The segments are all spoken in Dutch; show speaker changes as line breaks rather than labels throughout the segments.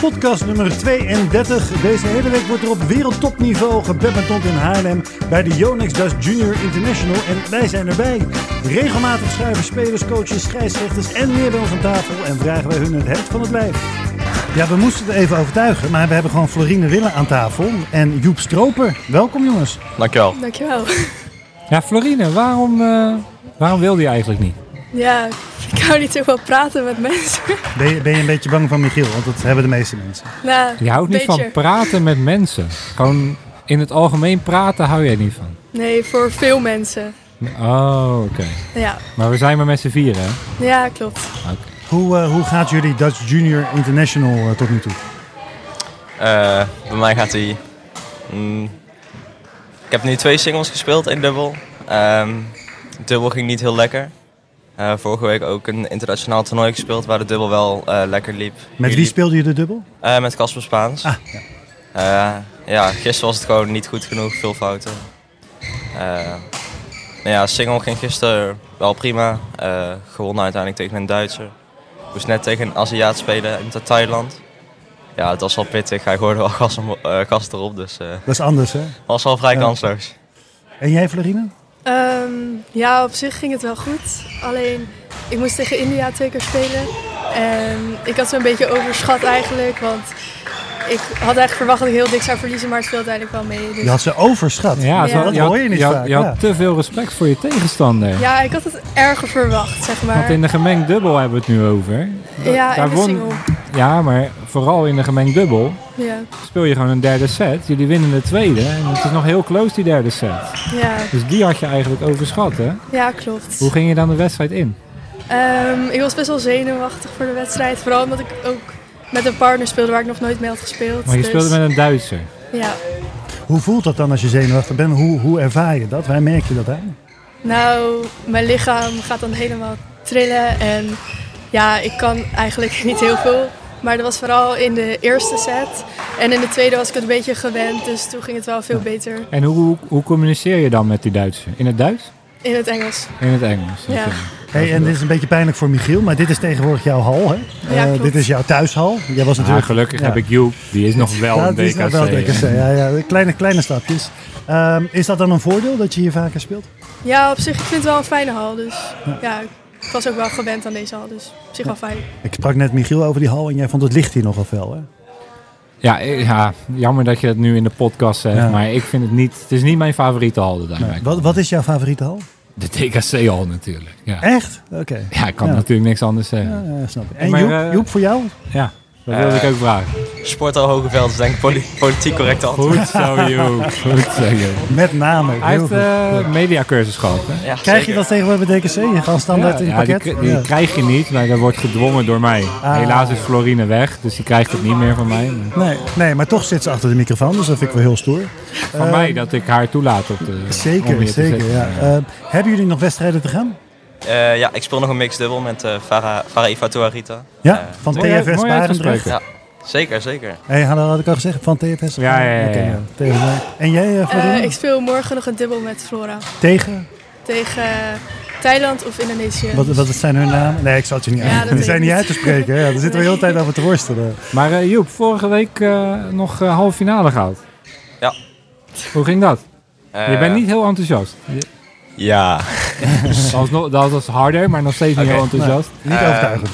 Podcast nummer 32. Deze hele week wordt er op wereldtopniveau gebadminton in Haarlem bij de Yonex Dust Junior International en wij zijn erbij. Regelmatig schuiven spelers, coaches, scheidsrechters en meer bij ons aan tafel en vragen wij hun het hemd van het lijf. Ja, we moesten het even overtuigen, maar we hebben gewoon Florine Wille aan tafel en Joep Stroper. Welkom jongens.
Dankjewel.
Dankjewel.
Ja, Florine, waarom, eh, waarom wilde je eigenlijk niet?
Ja, ik hou niet zo van praten met mensen.
Ben je, ben je een beetje bang van Michiel? Want dat hebben de meeste mensen.
Nou,
Je houdt niet van
beetje.
praten met mensen. Gewoon in het algemeen praten hou jij niet van.
Nee, voor veel mensen.
Oh, oké.
Ja,
Maar we zijn maar met z'n vieren, hè?
ja klopt.
Hoe, eh, hoe gaat jullie Dutch Junior International eh, tot nu toe?
Eh, bij mij gaat hij. mm, ik heb nu twee singles gespeeld in dubbel. Ehm, dubbel ging niet heel lekker. Eh, vorige week ook een internationaal toernooi gespeeld waar de dubbel wel eh, lekker liep.
Met wie speelde je de dubbel?
Eh, met Casper Spaans.
Ah,
ja. ja, gisteren was het gewoon niet goed genoeg, veel fouten. Eh, maar ja, single ging gisteren wel prima. Eh, gewonnen uiteindelijk tegen een Duitser. Moest net tegen een Aziat spelen in Thailand. Ja, het was wel pittig. Hij hoorde wel gas, om, eh, gas erop, dus eh
Dat is anders, hè?
was wel vrij
Ja.
kansloos.
En jij, Florine?
Ehm, ja, op zich ging het wel goed. Alleen, ik moest tegen India twee keer spelen. En ik had zo'n beetje overschat eigenlijk, want ik had eigenlijk verwacht dat ik heel dik zou verliezen, maar het speelt uiteindelijk wel mee. Dus-
Je had ze overschat.
Ja.
zo-
dat
had-
hoor je niet
had-
vaak,
je had
ja.
te veel respect voor je tegenstander.
Ja, ik had het erger verwacht, zeg
Want
maar.
in de gemengd dubbel hebben we het nu over.
ja,
daar
en de
won-
single.
Ja, maar vooral in de gemengd dubbel
Ja,
speel je gewoon een derde set. Jullie winnen de tweede en het is nog heel close die derde set.
ja,
Dus die had je eigenlijk overschat, hè?
ja, klopt.
Hoe ging je dan de wedstrijd in?
Ehm, ik was best wel zenuwachtig voor de wedstrijd. Vooral omdat ik ook met een partner speelde waar ik nog nooit mee had gespeeld.
Maar je
Dus,
speelde met een Duitser.
Ja.
Hoe voelt dat dan als je zenuwachtig bent? Hoe, hoe ervaar je dat? Waar merk je dat aan?
Nou, mijn lichaam gaat dan helemaal trillen. En ja, ik kan eigenlijk niet heel veel. Maar dat was vooral in de eerste set. En in de tweede was ik het een beetje gewend. Dus toen ging het wel veel beter
En hoe, hoe, hoe communiceer je dan met die Duitser? In het Duits?
in het Engels.
In het Engels?
Ja.
oké.
Hey, en dit is een beetje pijnlijk voor Michiel, maar dit is tegenwoordig jouw hal, hè?
Ja,
Eh,
klopt.
dit is jouw thuishal. Jij was
Maar
natuurlijk...
gelukkig
ja.
heb ik Joep, die is nog wel
Ja,
een
het is nog
DKC.
wel DKC. Ja, ja, kleine, kleine stapjes. Ehm, is dat dan een voordeel dat je hier vaker speelt?
Ja, op zich, ik vind het wel een fijne hal. Dus ja, ik was ook wel gewend aan deze hal. Dus op zich wel fijn.
Ik sprak net Michiel over die hal en jij vond het licht hier nogal fel, hè?
Ja, eh, ja, jammer dat je dat nu in de podcast zegt,
Ja.
maar ik vind het niet... Het is niet mijn favoriete hal, de Duitwijk.
Wat, wat is jouw favoriete hal?
De DKC-hal natuurlijk. Ja.
Echt? Oké.
ja, ik kan
Ja.
natuurlijk niks anders zeggen.
Ja,
Ja,
ja, snap ik. En
Maar,
Joep,
eh,
Joep, voor jou?
dat wilde
Eh,
ik ook vragen.
Sport al Hogeveld is denk ik poli- politiek correct antwoord.
Eh, Goed zo, Joep. Goed zo, Joep.
Met name.
Hij
Heel
heeft
goed.
eh mediacursus gehad, hè?
Ja,
Krijg je
zeker.
dat tegenwoordig bij DKC? Je gaat standaard in je
ja, die,
pakket?
kri- die
Ja. Ah.
krijg je niet, maar dat wordt gedwongen door mij. Helaas is Florine weg, dus die krijgt het niet meer van mij. Maar-
Nee, nee, maar toch zit ze achter de microfoon, dus dat vind ik wel heel stoer.
Van mij dat ik haar toelaat op de. om
Eh, Zeker,
hier te
zeker.
zitten.
Ja. Eh, hebben jullie nog wedstrijden te gaan?
Eh, ja, ik speel nog een mixed dubbel met eh Farah, Farah Ifatuarita.
Ja, van
mooi uit-
TFS
mooi
Barendrecht.
uitgesproken.
Ja, zeker, zeker.
Hé, hey, dat had ik al gezegd, van TFS.
Ja, ja, ja, ja.
Oké, TFS. En jij, eh, Florine?
Eh, ik speel morgen nog een dubbel met Flora.
Tegen?
Tegen Thailand of Indonesië.
Wat, wat zijn hun namen? Nee, ik zal het je niet
Ja,
uit.
dat
Die
weet
zijn
ik
niet
niet.
uit te spreken. Hè? Daar zitten we de hele tijd over te worstelen.
Maar eh, Joep, vorige week eh, nog eh, halve finale gehaald.
Ja.
Hoe ging dat? je
Eh,
bent niet heel enthousiast.
Ja.
Dat was, nog, dat was harder, maar nog steeds niet
Oké.
heel enthousiast.
Niet
Eh,
overtuigend.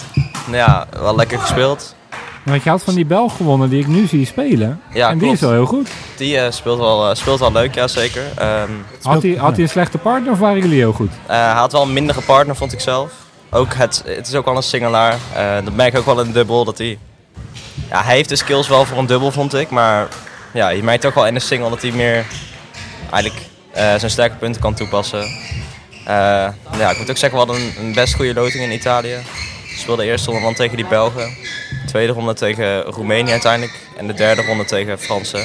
Nou ja, wel lekker gespeeld.
Want je had van die Belg gewonnen die ik nu zie spelen.
Ja,
en die
klopt.
is wel heel goed.
Die eh, speelt, wel, eh, speelt wel leuk, ja zeker. Ehm,
Had hij
Speelt-
had hij een slechte partner of waren jullie heel goed?
eh, hij had wel een mindere partner, vond ik zelf. Ook het, het is ook wel een singelaar. Eh, dat merk ik ook wel in de dubbel. Dat hij, ja, hij heeft de skills wel voor een dubbel, vond ik. Maar ja, je merkt ook wel in de single dat hij meer eigenlijk eh, zijn sterke punten kan toepassen. Eh, ja, ik moet ook zeggen, we hadden een, een best goede loting in Italië. We speelden de eerste ronde dan tegen die Belgen. De tweede ronde tegen Roemenië uiteindelijk. En de derde ronde tegen Fransen.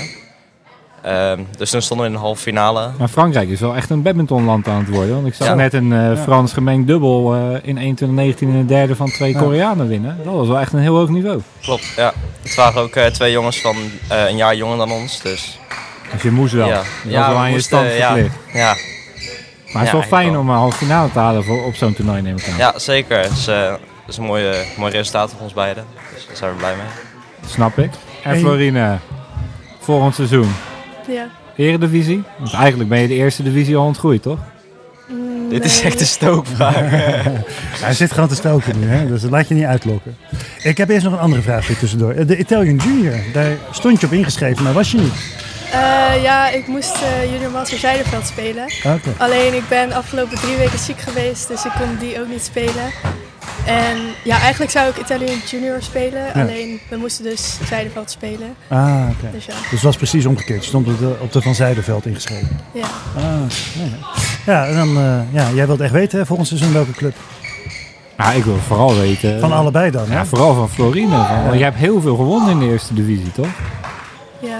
Ehm, dus toen stonden we in de halve finale.
Maar Frankrijk is wel echt een badmintonland aan het worden. Want ik zag
Ja.
net een eh, Frans gemengd dubbel eh, in 21-19 in de derde van twee
Ja.
Koreanen winnen. Dat was wel echt een heel hoog niveau.
Klopt, ja. Het waren ook eh, twee jongens van eh, een jaar jonger dan ons, dus
Dus je moest wel.
Ja.
Ja. Je
Ja,
was wel
we
aan je
moesten,
stand
ja.
verplicht.
ja,
Maar het
Ja,
is wel fijn
eigenlijk
om een halve finale te halen voor, op zo'n toernooi, neem ik aan.
ja zeker. Dus, eh, is een mooie, mooi resultaat voor ons beiden. Dus daar zijn we blij mee.
Snap ik. En
En-
Florine, volgend seizoen.
Ja.
Eredivisie? Want eigenlijk ben je de eerste divisie al ontgroeid, toch?
Dit is echt een stookvraag.
Hij zit gewoon te stoken nu, hè? dus dat laat je niet uitlokken. Ik heb eerst nog een andere vraag hier tussendoor. Eh, De Italian Junior, daar stond je op ingeschreven, maar was je niet.
Eh, ja, ik moest eh, junior master zijderveld spelen.
Oké.
Alleen ik ben afgelopen drie weken ziek geweest, dus ik kon die ook niet spelen. En ja, eigenlijk zou ik Italian Junior spelen, alleen we moesten dus zijderveld spelen.
Ah, oké.
Dus ja,
Dus het was precies omgekeerd. Je stond op de, op de Van Zijdenveld ingeschreven.
ja.
Ah, nee, nee. Ja, en dan, eh, ja, jij wilt echt weten hè, volgend seizoen welke club.
Nou, ik wil vooral weten...
Van allebei dan, hè?
Ja, vooral van Florine. Van, want je hebt heel veel gewonnen in de eerste divisie, toch?
ja.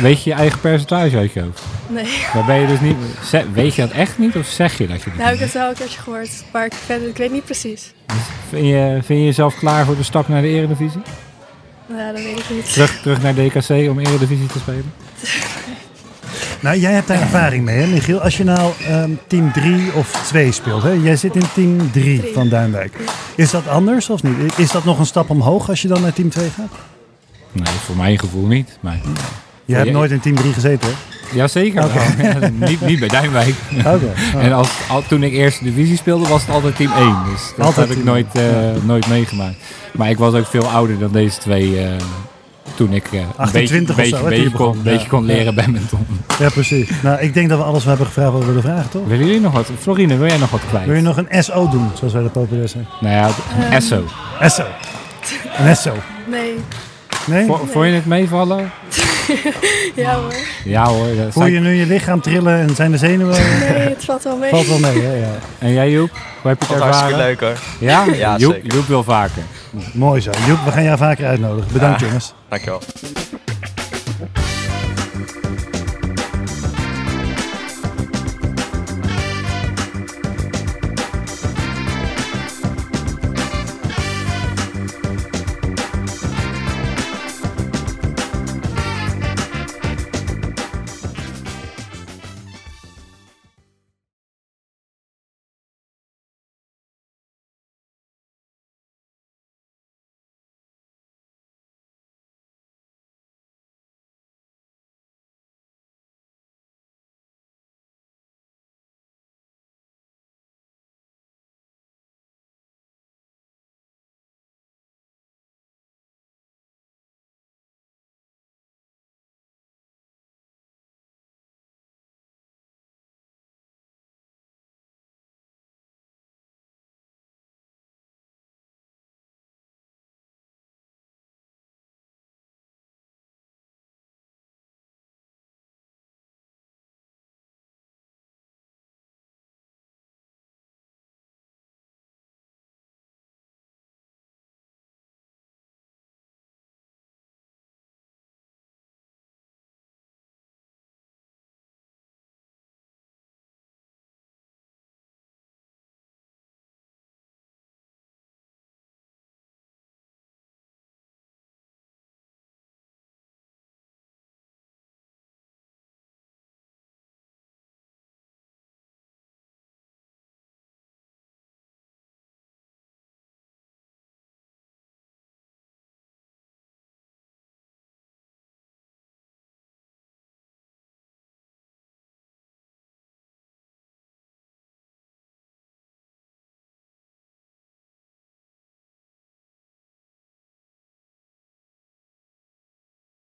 Weet je je eigen percentage uit je hoofd?
Nee,
Daar ben je dus niet... ze- Weet je dat echt niet of zeg je dat je dat
nou ik heb
niet
het wel een keertje gehoord, maar ik, verder, ik weet niet precies.
Vind je, vind je jezelf klaar voor de stap naar de Eredivisie?
Nou, dat weet ik niet.
Terug, terug naar DKC om Eredivisie te spelen?
Nou, jij hebt daar ervaring mee, hè, Michiel? Als je nou ehm, team 3 of 2 speelt, hè? Jij zit in team 3
Drie.
van Duinwijk. Is dat anders of niet? Is dat nog een stap omhoog als je dan naar team 2 gaat?
Nee, voor mijn gevoel niet. Maar...
Je hebt
Ja,
nooit in team 3 gezeten, hè?
Jazeker. wel. Ja, niet, niet bij Duinwijk.
Oké.
En als, al, toen ik eerste divisie speelde, was het altijd team 1. Dus dat
Altijd
heb ik
team
nooit, eh, nooit meegemaakt. Maar ik was ook veel ouder dan deze twee eh, toen ik eh, een
28
beetje,
of
beetje,
zo, hè,
beetje
toen je
kon,
begon.
beetje
Ja.
kon leren badminton.
Ja, precies. Nou, ik denk dat we alles hebben gevraagd wat we willen vragen, toch?
Willen jullie nog wat? Florine, wil jij nog wat kwijt?
Wil je nog een SO doen, zoals wij dat populair zijn?
Nou ja, een
Ehm,
ESSO.
SO. Een SO.
Nee,
Nee?
Vo- Vond je het meevallen?
ja hoor.
Ja hoor. dat
Voel
zei-
je nu je lichaam trillen en zijn de zenuwen?
Nee, het valt wel mee.
Valt wel mee, hè? Ja.
En jij Joep? Hoe heb je
Dat
het
was hartstikke
ervaren?
leuk hoor.
Ja?
Ja,
Joep,
zeker.
Joep wil vaker.
Mooi zo. Joep, we gaan jou vaker uitnodigen. Bedankt,
Ja.
jongens.
Dankjewel.